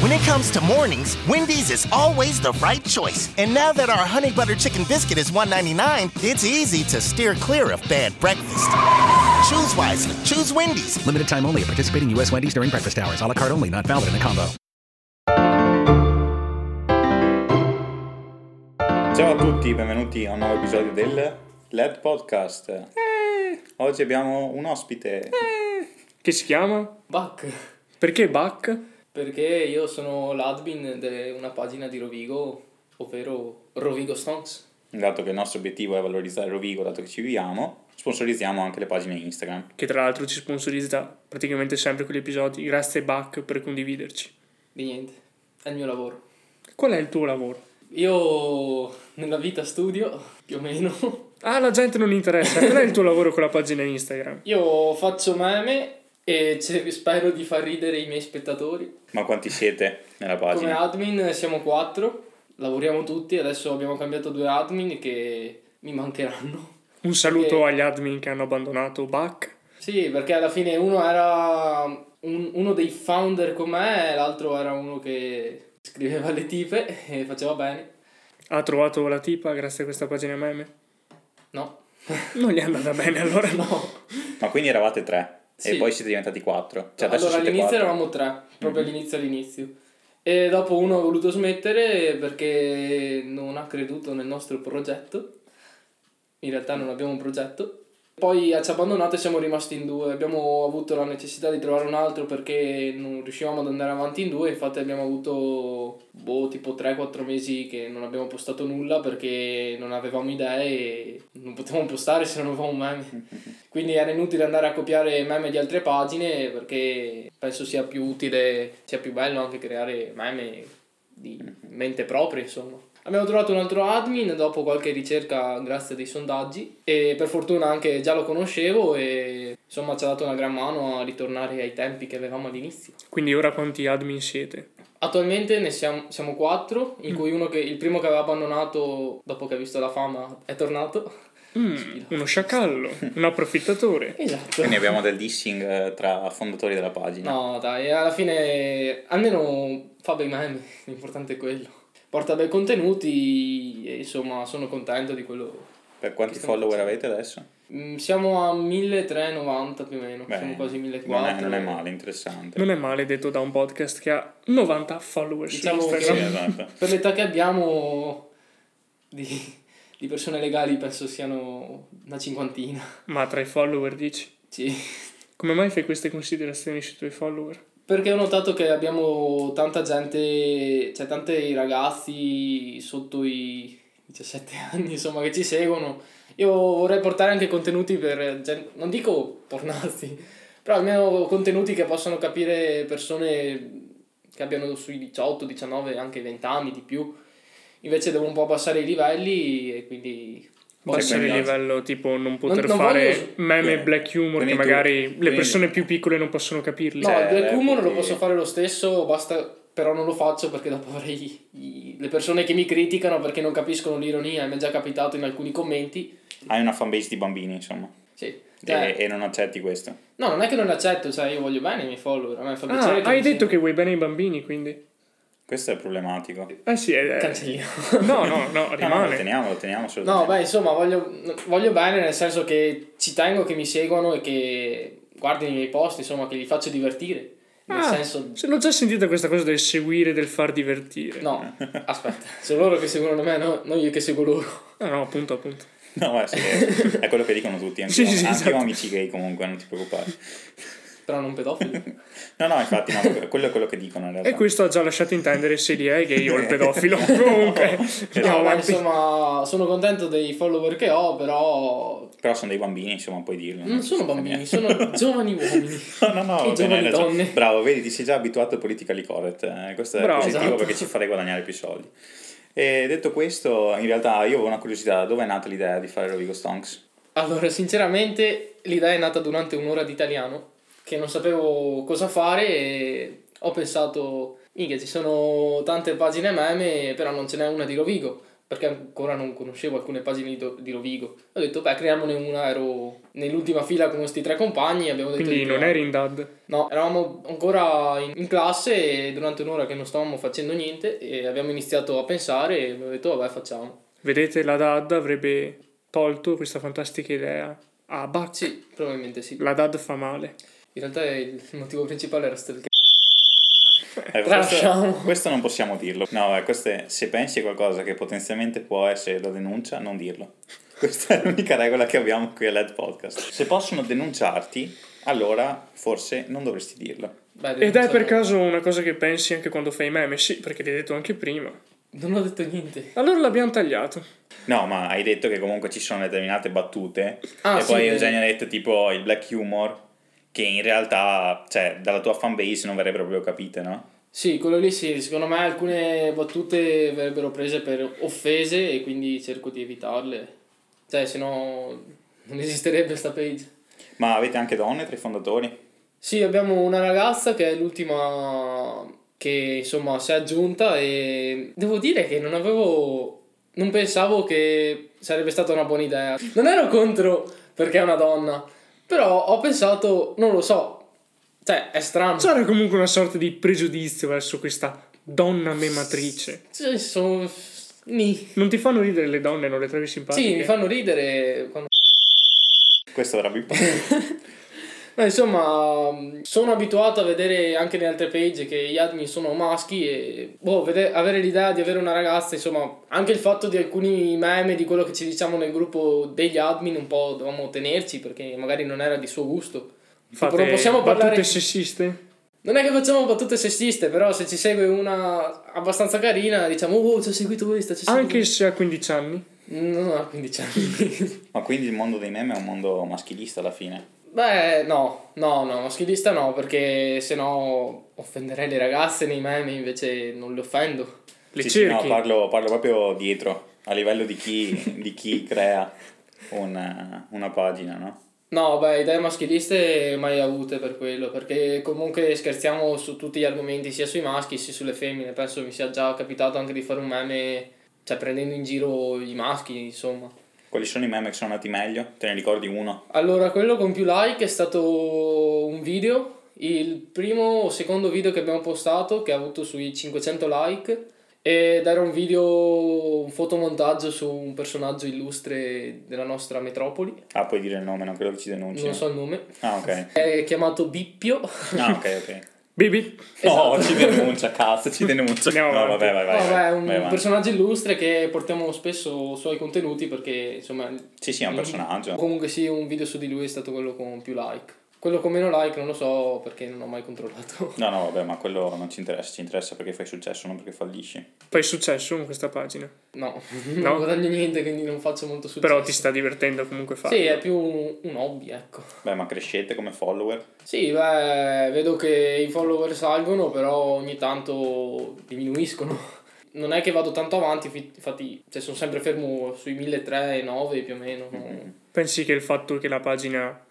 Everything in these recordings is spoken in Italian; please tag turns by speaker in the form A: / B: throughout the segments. A: When it comes to mornings, Wendy's is always the right choice. And now that our honey butter chicken biscuit is $1.99, it's easy to steer clear of bad breakfast. Choose wisely. Choose Wendy's.
B: Limited time only. Participating U.S. Wendy's during breakfast hours. A la carte only. Not valid in a combo.
C: Ciao a tutti, benvenuti a un nuovo episodio del LED Podcast.
D: Eh.
C: Oggi abbiamo un ospite.
E: Che si chiama?
D: Back,
E: Perché Bach?
D: perché io sono l'admin di una pagina di Rovigo, ovvero Rovigo Stonks.
C: Dato che il nostro obiettivo è valorizzare Rovigo, dato che ci viviamo, sponsorizziamo anche le pagine Instagram.
E: Che tra l'altro ci sponsorizza praticamente sempre con gli episodi. Grazie Bach per condividerci.
D: Di niente, è il mio lavoro.
E: Qual è il tuo lavoro?
D: Io nella vita studio, più o meno.
E: Ah, la gente non interessa. Qual è il tuo lavoro con la pagina Instagram?
D: Io faccio meme e ce- spero di far ridere i miei spettatori.
C: Ma quanti siete nella
D: Come
C: pagina?
D: admin siamo quattro, lavoriamo tutti, adesso abbiamo cambiato due admin che mi mancheranno.
E: Un saluto
D: Eh.
E: agli admin che hanno abbandonato Bach.
D: Sì, perché alla fine uno era un- uno dei founder con me, e l'altro era uno che scriveva le tipe e faceva bene.
E: Ha trovato la tipa grazie a questa pagina meme?
D: No,
E: Non gli è andata bene allora.
D: no.
C: Ma quindi eravate tre e
D: Sì.
C: poi siete diventati quattro. Cioè adesso
D: allora
C: siete quattro.
D: all'inizio
C: Mm-hmm.
D: eravamo tre, proprio all'inizio all'inizio. E dopo uno ha voluto smettere perché non ha creduto nel nostro progetto. In realtà non abbiamo un progetto. Poi eh, ci ha abbandonato e siamo rimasti in due. Abbiamo avuto la necessità di trovare un altro perché non riuscivamo ad andare avanti in due. Infatti abbiamo avuto boh, tipo 3-4 mesi che non abbiamo postato nulla perché non avevamo idee e non potevamo postare se non avevamo meme.
C: Mm.
D: Quindi era inutile andare a copiare meme di altre pagine perché penso sia più utile, sia più bello anche creare meme di mente propria, insomma. Abbiamo trovato un altro admin dopo qualche ricerca grazie a dei sondaggi e per fortuna anche già lo conoscevo e insomma ci ha dato una gran mano a ritornare ai tempi che avevamo all'inizio.
E: Quindi ora quanti admin siete?
D: Attualmente ne siamo, siamo quattro, in cui uno che, il primo che aveva abbandonato dopo che ha visto la fama è tornato.
E: Mm, uno sciacallo, un approfittatore.
D: Esatto.
C: Quindi abbiamo del dissing eh, tra fondatori della pagina.
D: No, dai, alla fine almeno fa bei meme, l'importante è quello. Porta bei contenuti e insomma sono contento di quello.
C: Per quanti
D: Che stiamo
C: follower
D: facendo?
C: avete adesso?
D: Mm, Siamo a 1390 più o meno,
C: Beh,
D: siamo quasi eh. 1400.
C: Non è, non è male, interessante.
E: Non è male detto da un podcast che ha 90 follower su
D: Diciamo
E: Instagram.
C: Sì, esatto.
D: Per l'età che abbiamo di, di persone legali penso siano una cinquantina.
E: Ma tra i follower dici?
D: Sì.
E: Come mai fai queste considerazioni sui tuoi follower?
D: Perché ho notato che abbiamo tanta gente, cioè tanti ragazzi sotto i 17 anni, insomma, che ci seguono. Io vorrei portare anche contenuti per, gen- non dico pornazzi, però almeno contenuti che possano capire persone che abbiano sui 18, 19, anche 20 anni di più. Invece devo un po' abbassare i livelli e quindi...
E: Abbassare il
C: quindi oggi-
E: Cioè, livello, tipo non poter
D: non
E: fare
D: voglio-
E: meme
C: Bene.
E: black humor
C: Quindi
E: che
C: tu-
E: magari
C: quindi-
E: le persone più piccole non possono capirli. Cioè,
D: No, il black humor lo
C: perché-
D: posso fare lo stesso, basta però non lo faccio perché dopo avrei i- le persone che mi criticano perché non capiscono l'ironia, mi è già capitato in alcuni commenti.
C: Hai una fanbase di bambini, insomma.
D: Sì.
C: E-
D: Cioè,
E: Eh,
C: e non accetti questo.
D: No, non è che non accetto, cioè io voglio bene i miei follower, a me fa
E: Ah,
D: piacere.
E: hai
D: mi
E: detto
D: seguano.
E: che vuoi bene ai bambini, quindi.
C: Questo è problematico.
E: Eh sì, eh, eh.
D: Cancelliamo.
E: No, no, no,
C: No, no, lo
E: rimane.
C: teniamo, lo teniamo assolutamente.
D: No, beh, insomma, voglio, voglio bene nel senso che ci tengo che mi seguano e che guardino i miei post, insomma, che li faccio divertire. Nel
E: Ah,
D: senso...
E: se l'ho già sentita questa cosa del seguire, del far divertire.
D: No, aspetta, sono loro che seguono me, no, non io che seguo loro.
E: Ah, no, appunto, appunto.
C: No, ma sì, è è quello che dicono tutti, anche,
E: Sì, sì,
C: anche
E: esatto.
C: io ho amici gay comunque, non ti preoccupare.
D: Però non pedofili.
C: No, no, infatti, no, que- quello è quello che dicono in realtà.
E: E questo ha già lasciato intendere se li è gay o il pedofilo. Comunque, andiamo
D: No, ma
E: avanti.
D: insomma, sono contento dei follower che ho, però
C: Però sono dei bambini, insomma, puoi dirlo.
D: non sono bambini, sono giovani uomini.
C: No, no, no,
D: e
C: va bene,
D: giovani
C: hai ragione.
D: donne.
C: Bravo, vedi, ti sei già abituato a politically correct. eh, Questo è
E: Bravo,
C: positivo
D: esatto.
C: perché ci farei guadagnare più soldi. E detto questo, in realtà io avevo una curiosità, dove è nata l'idea di fare Rovigo Stonks?
D: Allora, sinceramente, l'idea è nata durante un'ora di italiano che non sapevo cosa fare e ho pensato, minchia, ci sono tante pagine meme, però non ce n'è una di Rovigo. perché ancora non conoscevo alcune pagine di, Do- di Rovigo. Ho detto, beh, creiamone una, ero nell'ultima fila con questi tre compagni. Abbiamo detto
E: Quindi
D: di
E: non
D: no.
E: eri in dad.
D: No, eravamo ancora in, in classe e durante un'ora che non stavamo facendo niente e abbiamo iniziato a pensare e abbiamo detto, vabbè, facciamo.
E: Vedete, la DAD avrebbe tolto questa fantastica idea a Bach.
D: Sì, probabilmente sì.
E: La DAD fa male.
D: In realtà il motivo principale era stato il
C: Eh,
D: Tralasciamo.
C: questo, questo non possiamo dirlo. No, eh, questo è- se pensi a qualcosa che potenzialmente può essere da denuncia, non dirlo. Questa è l'unica regola che abbiamo qui all'Ed Podcast. Se possono denunciarti, allora forse non dovresti dirlo.
D: Beh,
E: Ed è
D: denunciare-
E: per caso una cosa che pensi anche quando fai i meme? Sì, perché l'hai detto anche prima.
D: Non ho detto niente.
E: Allora l'abbiamo tagliato.
C: No, ma hai detto che comunque ci sono determinate battute.
D: Ah,
C: e
D: sì,
C: poi
D: vero.
C: Eugenio ha detto tipo il black humor, che in realtà, cioè, dalla tua fanbase non verrebbero proprio capite, no?
D: Sì, quello lì sì, secondo me alcune battute verrebbero prese per offese e quindi cerco di evitarle. Cioè, se no non esisterebbe sta page.
C: Ma avete anche donne tra i fondatori?
D: Sì, abbiamo una ragazza che è l'ultima che insomma si è aggiunta e devo dire che non avevo non pensavo che sarebbe stata una buona idea. Non ero contro perché è una donna, però ho pensato, non lo so. Cioè, è strano.
E: C'era comunque una sorta di pregiudizio verso questa donna mematrice.
D: Cioè, sono ni.
E: Non ti fanno ridere le donne, non le trovi simpatiche?
D: Sì, mi fanno ridere quando
C: Questo verrà bippato.
D: No, insomma, mh, sono abituato a vedere anche nelle altre page che gli admin sono maschi e boh, vede- avere l'idea di avere una ragazza, insomma, anche il fatto di alcuni meme di quello che ci diciamo nel gruppo degli admin un po' dovevamo tenerci perché magari non era di suo gusto. Tipo,
E: Fate
D: non possiamo
E: battute
D: parlare
E: sessiste?
D: Non è che facciamo battute sessiste, però se ci segue una abbastanza carina, diciamo "Oh, ci ho seguito questa, ci ho
E: Anche
D: seguito
E: se ha 15 anni.
D: questa". Mm, No, no, 15 anni.
C: ma quindi il mondo dei meme è un mondo maschilista alla fine.
D: Beh, no, no, no, maschilista no, perché sennò offenderei le ragazze nei meme, invece non le offendo.
E: Le
C: Sì, sì,
E: cerchi.
C: no, parlo, parlo proprio dietro, a livello di chi, di chi crea una, una pagina, no?
D: No, beh, idee maschiliste mai avute per quello, perché comunque scherziamo su tutti gli argomenti, sia sui maschi sia sulle femmine, penso mi sia già capitato anche di fare un meme, cioè prendendo in giro i maschi, insomma.
C: Quali sono i meme che sono andati meglio? Te ne ricordi uno?
D: Allora, quello con più like è stato un video, il primo o secondo video che abbiamo postato, che ha avuto sui 500 like, ed era un video, un fotomontaggio su un personaggio illustre della nostra metropoli,
C: Ah, puoi dire il nome, non credo che ci denunci.
D: non so il nome,
C: Ah, ok.
D: è chiamato Bippio.
C: Ah, ok, ok.
E: Baby,
D: Eh.
C: No, ci denuncia, cazzo, ci denuncia.
E: Andiamo
C: no,
E: avanti.
C: vabbè, vai, vai.
D: Vabbè,
C: vai,
D: è un
C: vai avanti.
D: personaggio illustre che portiamo spesso sui contenuti perché insomma
C: Sì, sì, è un personaggio.
D: comunque sì un video su di lui è stato quello con più like quello con meno like non lo so perché non ho mai controllato
C: No, no, vabbè, ma quello non ci interessa, ci interessa perché fai successo, non perché fallisci.
E: fai successo con questa pagina.
D: No,
E: No?
D: Mhm. non guadagno niente, quindi non faccio molto successo.
E: Però ti sta divertendo comunque a farlo.
D: Sì, è più un, un hobby, ecco.
C: Beh, ma crescete come follower?
D: Sì, beh, vedo che i follower salgono, però ogni tanto diminuiscono. Non è che vado tanto avanti, fi- infatti, cioè, sono sempre fermo sui 1309 più o meno.
E: Pensi che il fatto che la pagina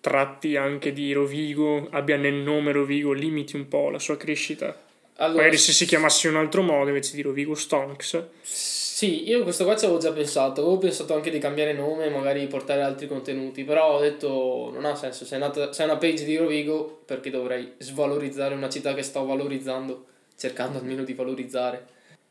E: tratti anche di Rovigo, abbia nel nome Rovigo, limiti un po' la sua crescita?
D: Allora,
E: Magari se si chiamasse in un altro modo invece di Rovigo Stonks,
D: Sì, io questo qua ci avevo già pensato, avevo pensato anche di cambiare nome e magari portare altri contenuti, però ho detto non ha senso, se è, nata- se è una page di Rovigo perché dovrei svalorizzare una città che sto valorizzando, cercando almeno di valorizzare.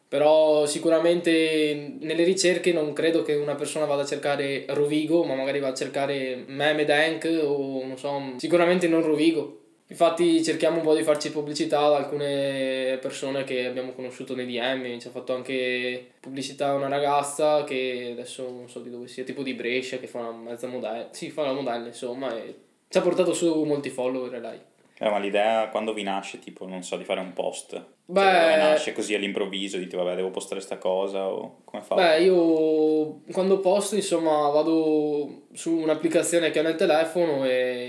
D: Però sicuramente nelle ricerche non credo che una persona vada a cercare Rovigo, ma magari va a cercare Meme Dank o non so, sicuramente non Rovigo. Infatti cerchiamo un po' di farci pubblicità ad alcune persone che abbiamo conosciuto nei DM, ci ha fatto anche pubblicità una ragazza che adesso non so di dove sia, tipo di Brescia che fa una mezza modella, sì fa la modella insomma e ci ha portato su molti follower dai.
C: Eh, ma l'idea quando vi nasce, tipo, non so, di fare un post. Cioè,
D: Beh-
C: come nasce così all'improvviso, dite, vabbè, devo postare sta cosa o come fate?
D: Beh, io quando posto, insomma, vado su un'applicazione che ho nel telefono e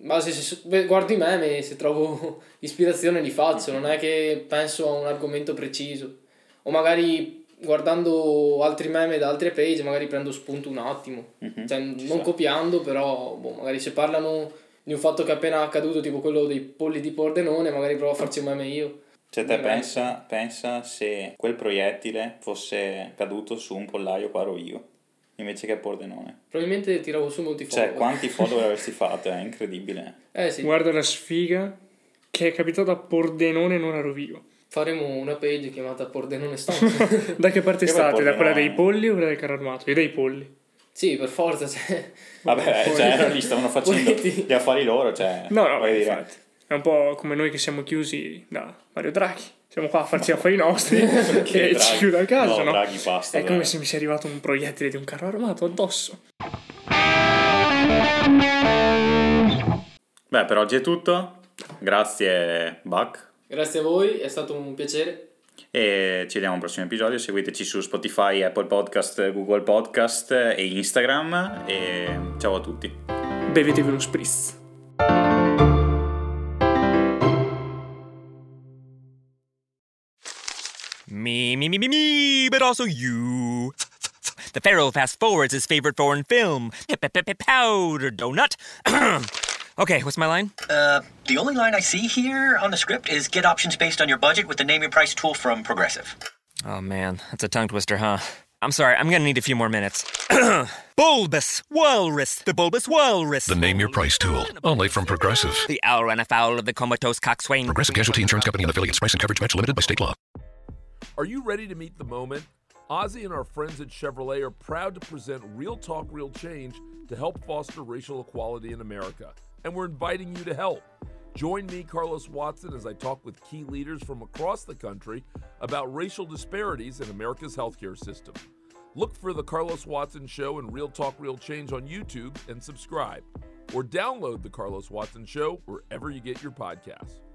D: in base se beh, guardo i meme e se trovo ispirazione li faccio, non
C: Mhm.
D: è che penso a un argomento preciso. O magari guardando altri meme da altre page, magari prendo spunto un attimo.
C: Mhm,
D: Cioè,
C: ci
D: non
C: sta.
D: copiando, però boh, magari se parlano di un fatto che è appena accaduto, tipo quello dei polli di Pordenone, magari provo a farci un meme io.
C: Cioè, te pensa, pensa se quel proiettile fosse caduto su un pollaio qua ero io, invece che a Pordenone.
D: Probabilmente tiravo su molti
C: Cioè,
E: Oh.
D: follower.
C: quanti follower avresti fatto? È incredibile.
D: Eh sì,
E: Guarda la sfiga che è capitata a Pordenone e non a Rovigo.
D: faremo una page chiamata Pordenone Stomp.
E: Da che parte
C: Che poi
E: state? Da quella
C: Pordenone.
E: dei polli o quella del carro armato? Io dei polli.
D: sì, per forza, cioè...
C: Vabbè,
E: Poi-
C: cioè, erano lì, stavano facendo
D: Poeti.
C: gli affari loro, cioè...
E: No, no,
C: voglio dire,
E: infatti. È un po' come noi che siamo chiusi da Mario Draghi. Siamo qua a farci gli affari nostri e
C: Draghi?
E: ci chiude a casa,
C: No,
E: no?
C: Draghi basta,
E: È
C: dai.
E: come se mi sia arrivato un proiettile di un carro armato addosso.
C: Beh, per oggi è tutto. Grazie, Buck.
D: Grazie a voi, è stato un piacere.
C: E ci vediamo al prossimo episodio. Seguiteci su Spotify, Apple Podcast, Google Podcast e Instagram. E ciao a tutti.
E: Bevetevi uno spritz.
F: Me, me, me, me, me, but also you. The Pharaoh fast forwards his favorite foreign film, Powder Donut. okay, what's my line?
G: Uh, the only line I see here on the script is get options based on your budget with the name your price tool from Progressive.
F: Oh man, that's a tongue twister, huh? I'm sorry, I'm gonna need a few more minutes. bulbous Walrus, the Bulbous Walrus.
H: The Name Your Price tool, only from Progressive.
F: The owl ran afoul of the comatose coxswain.
H: Progressive Casualty Insurance Company and affiliates. Price and coverage match limited by state law.
I: Are you ready to meet the moment? Ozzy and our friends at Chevrolet are proud to present Real Talk, Real Change to help foster racial equality in America. And we're inviting you to help. Join me, Carlos Watson, as I talk with key leaders from across the country about racial disparities in America's healthcare system. Look for The Carlos Watson Show and Real Talk, Real Change on YouTube and subscribe. Or download The Carlos Watson Show wherever you get your podcasts.